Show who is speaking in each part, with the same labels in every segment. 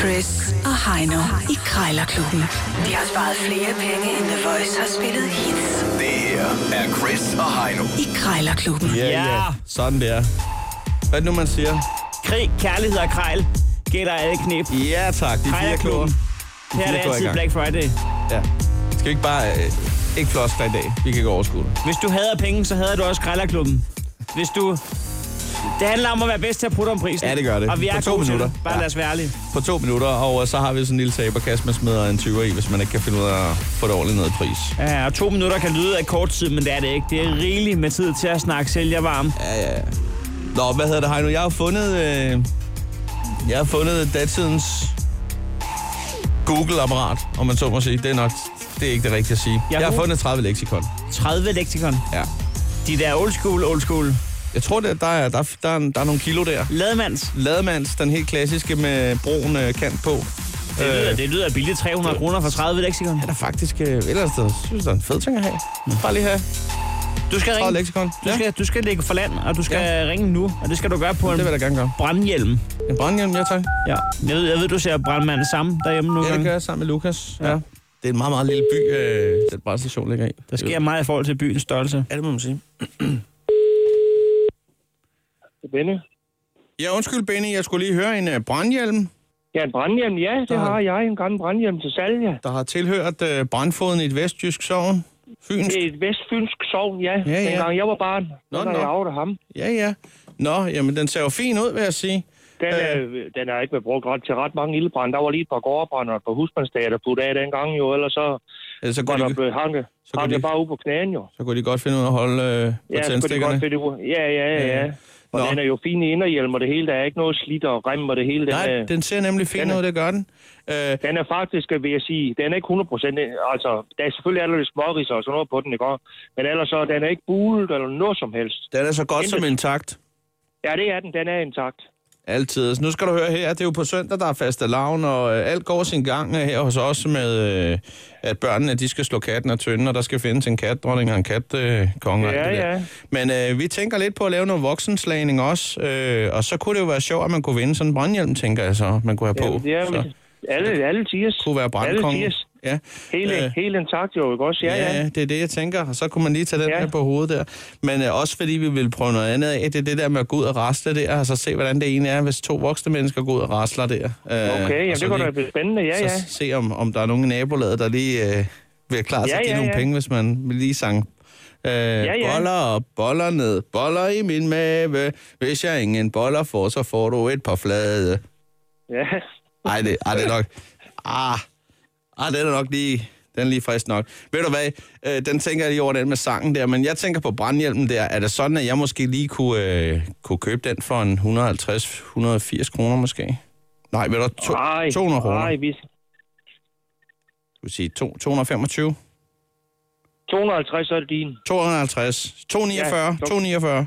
Speaker 1: Chris og Heino i Krejlerklubben. De har sparet flere penge, end The Voice har spillet hits
Speaker 2: Det her er Chris og Heino.
Speaker 1: i Krejlerklubben.
Speaker 3: Ja,
Speaker 4: Ja.
Speaker 3: ja. Sådan der. Hvad er det nu, man siger?
Speaker 4: Krig, kærlighed og krejl gælder alle knep.
Speaker 3: Ja tak, de fire kloger.
Speaker 4: Krejlerklubben. Her er
Speaker 3: fire
Speaker 4: det
Speaker 3: kloger i
Speaker 4: altid
Speaker 3: gang.
Speaker 4: Black Friday.
Speaker 3: Ja. Skal vi ikke bare... Øh, ikke floskler i dag. Vi kan ikke overskue det.
Speaker 4: Hvis du hader penge, så hader du også Krejlerklubben. Hvis du... Det handler om at være bedst til at putte om prisen.
Speaker 3: Ja, det gør det.
Speaker 4: Og vi
Speaker 3: På
Speaker 4: er
Speaker 3: to
Speaker 4: gode til det.
Speaker 3: minutter.
Speaker 4: Bare
Speaker 3: Ja.
Speaker 4: lad os være ærlige.
Speaker 3: På to minutter, og øh, så har vi sådan en lille taberkasse, man smider en 20'er i, hvis man ikke kan finde ud af at få det ordentligt ned i pris.
Speaker 4: Ja, og to minutter kan lyde af kort tid, men det er det ikke. Det er rigeligt med tid til at snakke sælger varm.
Speaker 3: Ja, ja. Nå, hvad hedder det, Heino? Jeg har fundet... Øh, jeg har fundet datidens Google-apparat, om man så må sige. Det er nok... Det er ikke det rigtige at sige. Jeg,
Speaker 4: Jeg
Speaker 3: jeg har
Speaker 4: kunne-
Speaker 3: fundet 30 leksikon.
Speaker 4: 30 leksikon.
Speaker 3: Ja.
Speaker 4: De der old school, old school.
Speaker 3: Jeg tror, der, der, er, der, er- der, er, der er nogle kilo der.
Speaker 4: Lademands.
Speaker 3: Lademands, den helt klassiske med brun øh, kant på. Øh,
Speaker 4: Det lyder, det lyder billigt. 300 kroner for 30 leksikon.
Speaker 3: er der faktisk øh, ellers, der synes, der er en fed ting at have. Bare lige have
Speaker 4: Du skal
Speaker 3: 30
Speaker 4: ringe.
Speaker 3: leksikon.
Speaker 4: Du skal, du skal ligge for land, og du skal ja. ringe nu. Og det skal du gøre på
Speaker 3: det
Speaker 4: en
Speaker 3: vil jeg da gerne gøre.
Speaker 4: brandhjelm.
Speaker 3: En brandhjelm, ja tak.
Speaker 4: Ja. Jeg ved, jeg ved du ser brandmand sammen derhjemme nogle
Speaker 3: Ja, det
Speaker 4: gange.
Speaker 3: gør jeg sammen med Lukas. Ja. Det er en meget, meget lille by, øh, den brandstation ligger i.
Speaker 4: Der sker meget i forhold til byens størrelse.
Speaker 3: Ja, det må man sige.
Speaker 5: Benny.
Speaker 3: Ja, undskyld, Benny, jeg skulle lige høre en øh, brandhjelm,
Speaker 5: Ja, en brandhjem, ja, det
Speaker 3: Der har-
Speaker 5: har jeg. En gammel brandhjem til salg, ja.
Speaker 3: der har tilhørt øh, brandfoden i et vestjysk sogn. Fynsk.
Speaker 5: Det er et vestfynsk sovn, ja.
Speaker 3: Ja, ja.
Speaker 5: Dengang jeg var barn, nå,
Speaker 3: nå.
Speaker 5: der jeg af ham.
Speaker 3: Ja, ja. Nå, jamen, den ser jo fin ud, vil jeg sige.
Speaker 5: Den,
Speaker 3: Øh.
Speaker 5: øh. er, den er ikke blevet brugt ret til ret mange ildebrand. Der var lige et par gårdbrand og et par husmandsdager, der puttede af dengang jo, ellers så
Speaker 3: Øh, Så
Speaker 5: var
Speaker 3: kunne,
Speaker 5: der
Speaker 3: de,
Speaker 5: blevet hanket.
Speaker 3: så kunne
Speaker 5: Han
Speaker 3: de-
Speaker 5: det bare ude på knæen jo.
Speaker 3: så kunne de godt finde ud af at holde øh, på
Speaker 5: Ja, så kunne de
Speaker 3: tændstikkerne.
Speaker 5: godt finde ud. Ja, ja, ja,
Speaker 3: Ja.
Speaker 5: ja. Og
Speaker 3: Nå.
Speaker 5: den er jo fin i inderhjelm, og det hele, der er ikke noget slidt og rem, og det hele, den,
Speaker 3: Nej,
Speaker 5: er,
Speaker 3: den ser nemlig fin
Speaker 5: den er-
Speaker 3: ud, det gør den. Øh,
Speaker 5: den er faktisk, vil jeg sige, den er ikke 100 procent, altså, der er selvfølgelig alle lidt småriser og sådan noget på den, ikke også? Men ellers så, den er ikke bulet eller noget som helst.
Speaker 3: den er så godt
Speaker 5: Intet.
Speaker 3: som intakt.
Speaker 5: Ja, det er den. Den er intakt.
Speaker 3: Altid. Så nu skal du høre her, det er jo på søndag, der er faste lavn, og øh, alt går sin gang øh, her hos os med, øh, at børnene de skal slå katten af tynden, og der skal findes en katdronning og en katkonge. Øh, konge og
Speaker 5: Ja,
Speaker 3: alt det der.
Speaker 5: ja.
Speaker 3: Men øh, vi tænker lidt på at lave noget voksenslagning også, øh, og så kunne det jo være sjovt, at man kunne vinde sådan en brandhjelm, tænker jeg så, man kunne have på.
Speaker 5: Jamen, det er,
Speaker 3: så
Speaker 5: alle, alle tiers.
Speaker 3: kunne være
Speaker 5: Alle
Speaker 3: brandkongen.
Speaker 5: tiers.
Speaker 3: Ja.
Speaker 5: Hele,
Speaker 3: Øh.
Speaker 5: øh. hele intakt jo, ikke også? Ja, ja.
Speaker 3: Ja,
Speaker 5: ja.
Speaker 3: ja, det er det, jeg tænker. Og så kunne man lige tage den ja.
Speaker 5: Ja.
Speaker 3: med på hovedet der. Men øh, også fordi vi ville prøve noget andet af, det er det der med at gå ud og rasle der, og så se, hvordan det egentlig er, hvis to voksne mennesker går ud og rasler der. Øh, og
Speaker 5: Okay, jamen,
Speaker 3: så
Speaker 5: det kunne da
Speaker 3: lige-
Speaker 5: blive spændende. Ja, ja.
Speaker 3: Så se, om, om der er nogen i nabolaget, der lige øh, vil klare sig ja,
Speaker 5: Ja,
Speaker 3: at give ja,
Speaker 5: ja,
Speaker 3: nogle
Speaker 5: ja.
Speaker 3: penge, hvis man lige sang. Øh, ja, ja.
Speaker 5: ja.
Speaker 3: Boller og boller ned, boller i min mave. Hvis jeg ingen boller får, så får du et par flade.
Speaker 5: ja.
Speaker 3: Ej, det, ej, det er nok... Ah, ah, det er nok lige... Den er lige frisk nok. Ved du hvad, øh, den tænker jeg lige over den med sangen der, men jeg tænker på brandhjelmen der. Er det sådan, at jeg måske lige kunne, øh, kunne købe den for en 150-180 kroner måske? Nej, ved du, to,
Speaker 5: Ej,
Speaker 3: 200 kroner.
Speaker 5: ej,
Speaker 3: Du
Speaker 5: vi...
Speaker 3: vil sige to, 225?
Speaker 5: 250, så er det din.
Speaker 3: 250? 249?
Speaker 5: Ja, to-
Speaker 3: 249?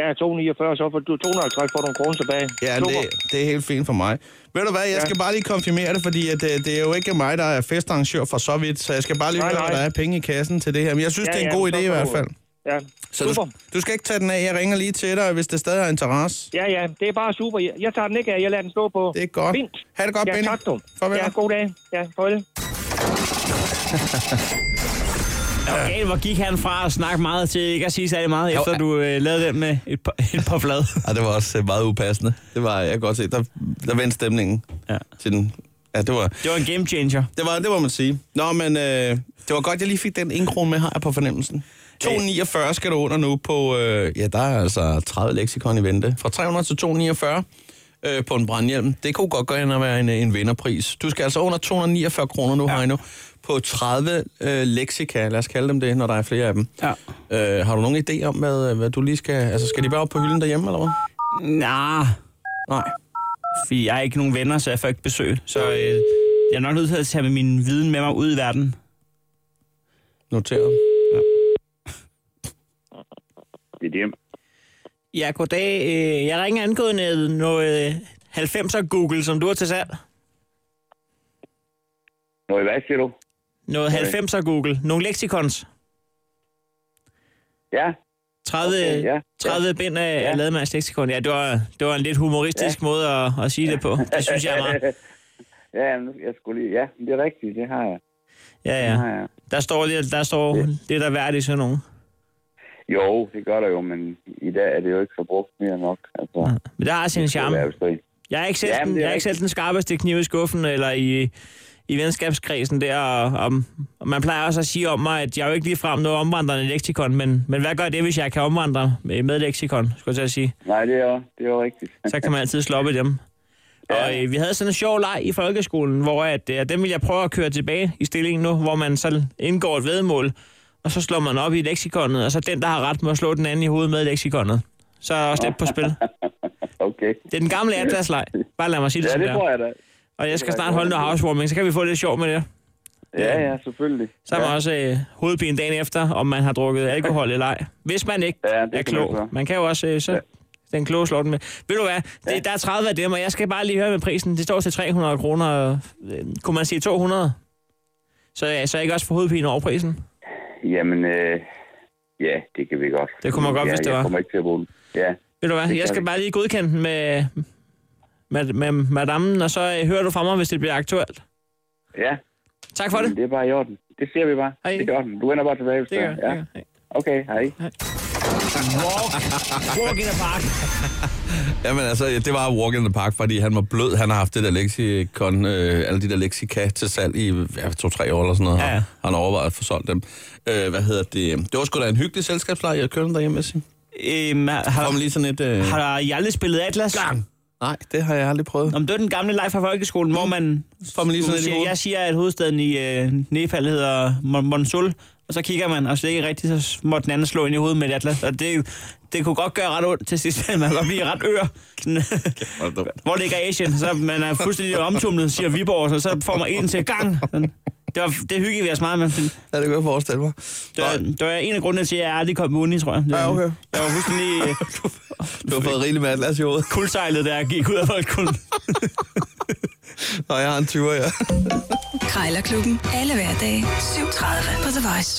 Speaker 5: Ja, 249, så får du 250 får du en krone tilbage.
Speaker 3: Ja,
Speaker 5: Super.
Speaker 3: det, det er helt fint for mig. Ved du hvad, jeg
Speaker 5: Ja.
Speaker 3: skal bare lige konfirmere det, fordi at, øh, det er jo ikke mig, der er festarrangør for så vidt, så jeg skal bare lige
Speaker 5: Nej,
Speaker 3: høre,
Speaker 5: nej.
Speaker 3: hvad der er penge i kassen til det her. Men jeg synes,
Speaker 5: Ja,
Speaker 3: det er en
Speaker 5: ja,
Speaker 3: god
Speaker 5: så
Speaker 3: idé i
Speaker 5: får
Speaker 3: hvert
Speaker 5: du-
Speaker 3: fald.
Speaker 5: Ja,
Speaker 3: Så
Speaker 5: super.
Speaker 3: du, du skal ikke tage den af. Jeg ringer lige til dig, hvis det stadig har interesse.
Speaker 5: Ja, ja, det er bare super. Jeg, jeg tager den ikke af, jeg lader den stå på.
Speaker 3: Det er godt.
Speaker 5: Fint.
Speaker 3: Ha' det godt,
Speaker 5: ja,
Speaker 3: Benny.
Speaker 5: tak du.
Speaker 3: Farvel.
Speaker 5: Ja, god dag. Ja, farvel.
Speaker 4: Okay, hvor gik han fra at snakke meget til ikke at sige særlig meget,
Speaker 3: Jo,
Speaker 4: efter
Speaker 3: ja.
Speaker 4: du øh, lavede den med et par, et par flad.
Speaker 3: Ja, det var også øh, meget upassende. Det var, jeg kan godt se, der, der vendte stemningen
Speaker 4: Ja.
Speaker 3: til den. Ja, det var,
Speaker 4: Det var en game changer.
Speaker 3: det var, det var man sige. Nå, men øh, det var godt, jeg lige fik den ene krone med, har jeg på fornemmelsen. 249 skal du under nu på, øh, ja, der er altså 30 leksikon i vente. Fra 300 til 249 øh, på en brandhjelm. Det kunne godt gå ind og være en, øh, en vinderpris. Du skal altså under 249 kroner nu, ja. Heino, på 30 øh, leksika, lad os kalde dem det, når der er flere af dem.
Speaker 4: Ja.
Speaker 3: Øh, har du nogen idé om, hvad, hvad du lige skal... Altså, skal de bare op på hylden derhjemme, eller hvad?
Speaker 4: Nå,
Speaker 3: Nej.
Speaker 4: fordi jeg har ikke nogen venner, så jeg får ikke besøg. Så øh, jeg er nok nødt til at tage min viden med mig ud i verden.
Speaker 3: Noteret.
Speaker 6: Det er det.
Speaker 4: Ja, goddag. Øh, Jeg ringer angående noget øh, 90'er Google, som du har til salg.
Speaker 6: Nå, hvad siger du?
Speaker 4: Noget 90'er Google. Nogle leksikons.
Speaker 6: Ja,
Speaker 4: 30, okay,
Speaker 6: Okay, ja,
Speaker 4: ja,
Speaker 6: ja.
Speaker 4: 30 ja. bind af, ja.
Speaker 6: Ja.
Speaker 4: af Lademands leksikon. Ja, det var, det var en lidt humoristisk ja. måde at, at sige ja. det på. Det synes jeg er meget.
Speaker 6: Ja, nu- jeg skulle lige... Ja, det er rigtigt, det har jeg.
Speaker 4: Ja,
Speaker 6: Det har
Speaker 4: ja.
Speaker 6: jeg.
Speaker 4: Der står, lidt- der står det, der er værd i sådan nogen.
Speaker 6: Jo, det gør der jo, men i dag er det jo ikke så brugt mere nok. Altså,
Speaker 4: Men der har sin Mm, charme.
Speaker 6: erhvervsfri.
Speaker 4: Jeg er ikke selv,
Speaker 6: Jamen,
Speaker 4: den,
Speaker 6: det er
Speaker 4: jeg er ikke selv den skarpeste kniv i skuffen, eller i, i venskabskredsen der. Og, og, og man plejer også at sige om mig, at jeg er jo ikke ligefrem noget omvandrende leksikon, men, men hvad gør det, hvis jeg kan omvandre med, med leksikon, skulle jeg til at sige.
Speaker 6: Nej, det er jo, det er jo rigtigt.
Speaker 4: Så kan man altid sloppe dem. Og øh, vi havde sådan en sjov leg i folkeskolen, hvor at, øh, den vil jeg prøve at køre tilbage i stillingen nu, hvor man så indgår et vedmål, og så slår man op i leksikonet, og så den, der har ret, må slå den anden i hovedet med leksikonet. Så er der også lidt på spil.
Speaker 6: Okay.
Speaker 4: Det er den gamle atlasleg. Bare lad mig sige det,
Speaker 6: Ja,
Speaker 4: som
Speaker 6: det
Speaker 4: er.
Speaker 6: tror jeg da.
Speaker 4: Og jeg skal
Speaker 6: Det er
Speaker 4: snart holde noget housewarming, så kan vi få lidt sjov med det.
Speaker 6: Ja, ja, selvfølgelig.
Speaker 4: Så har
Speaker 6: ja.
Speaker 4: man også øh, hovedpine dagen efter, om man har drukket alkohol eller ej. Hvis man ikke
Speaker 6: Ja,
Speaker 4: ja,
Speaker 6: det kan
Speaker 4: er
Speaker 6: man
Speaker 4: klog.
Speaker 6: gøre.
Speaker 4: Man, kan jo også, øh, så ja. den kloge slår den med. Ved du hvad, det, der er 30 af dem, og jeg skal bare lige høre med prisen. Det står til 300 kroner. og, Øh, kunne man sige 200? Så, ja, så jeg ikke også får hovedpine over prisen.
Speaker 6: Jamen, øh, ja, det kan vi godt.
Speaker 4: Det kunne man godt,
Speaker 6: ja,
Speaker 4: hvis det var.
Speaker 6: Jeg kommer ikke til at bruge den. Ja,
Speaker 4: Ved du hvad,
Speaker 6: Det
Speaker 4: jeg
Speaker 6: kan
Speaker 4: skal
Speaker 6: vi.
Speaker 4: bare lige godkende den med, med, med madammen, og så øh, hører du fra mig, hvis det bliver aktuelt.
Speaker 6: ja.
Speaker 4: Tak for
Speaker 6: Men
Speaker 4: det.
Speaker 6: det er bare i orden. Det ser vi bare.
Speaker 4: Hej.
Speaker 6: Det er i orden. Du ender bare tilbage, hvis
Speaker 4: Det
Speaker 6: er.
Speaker 4: gør, det gør.
Speaker 6: Ja. Okay, hej.
Speaker 4: Walk in the park.
Speaker 3: Jamen altså, det var Walk in the Park, fordi han var blød. Han har haft det der lexikon, øh, alle de der lexika til salg i ja, to-tre år eller sådan noget.
Speaker 4: Ja, ja.
Speaker 3: Han- Han overvejede at få solgt dem. Øh, hvad hedder det? Det var sgu da en hyggelig selskabslejr, jeg kørte den derhjemme, med sig.
Speaker 4: Øhm, har,
Speaker 3: Kom
Speaker 4: har,
Speaker 3: lige sådan et... Øh...
Speaker 4: har I aldrig spillet Atlas? Gang.
Speaker 3: Nej, det har jeg aldrig prøvet.
Speaker 4: Om det var den gamle leg fra folkeskolen, hvor man...
Speaker 3: Mm. Får man lige sådan et i
Speaker 4: siger,
Speaker 3: hovedet?
Speaker 4: jeg siger, at hovedstaden i øh, Nepal hedder Mon- Monsul, og så kigger man, og så det ikke er rigtigt, så må den anden slå ind i hovedet med et atlas. Og det, det kunne godt gøre ret ondt til sidst, man kan godt blive ret ør. Sådan,
Speaker 3: Hvor er det dumt.
Speaker 4: hvor ligger Asien? Så man er fuldstændig omtumlet, siger Viborg, så, så får man en til gang. Sådan. Det, var, det hyggede vi os meget med.
Speaker 3: Ja, det kan jeg forestille mig.
Speaker 4: Det var,
Speaker 3: Nå,
Speaker 4: det var en af grundene til, at jeg aldrig kom på uni, tror jeg. Det,
Speaker 3: Ja, okay.
Speaker 4: Jeg var fuldstændig øh,
Speaker 3: du har fået rigeligt med atlas i hovedet.
Speaker 4: kuldsejlet, da jeg gik ud af folkeskolen.
Speaker 3: Nå, jeg har en 20'er, ja.
Speaker 1: Krejlerklubben. Alle hverdage. 7.30 på The Voice.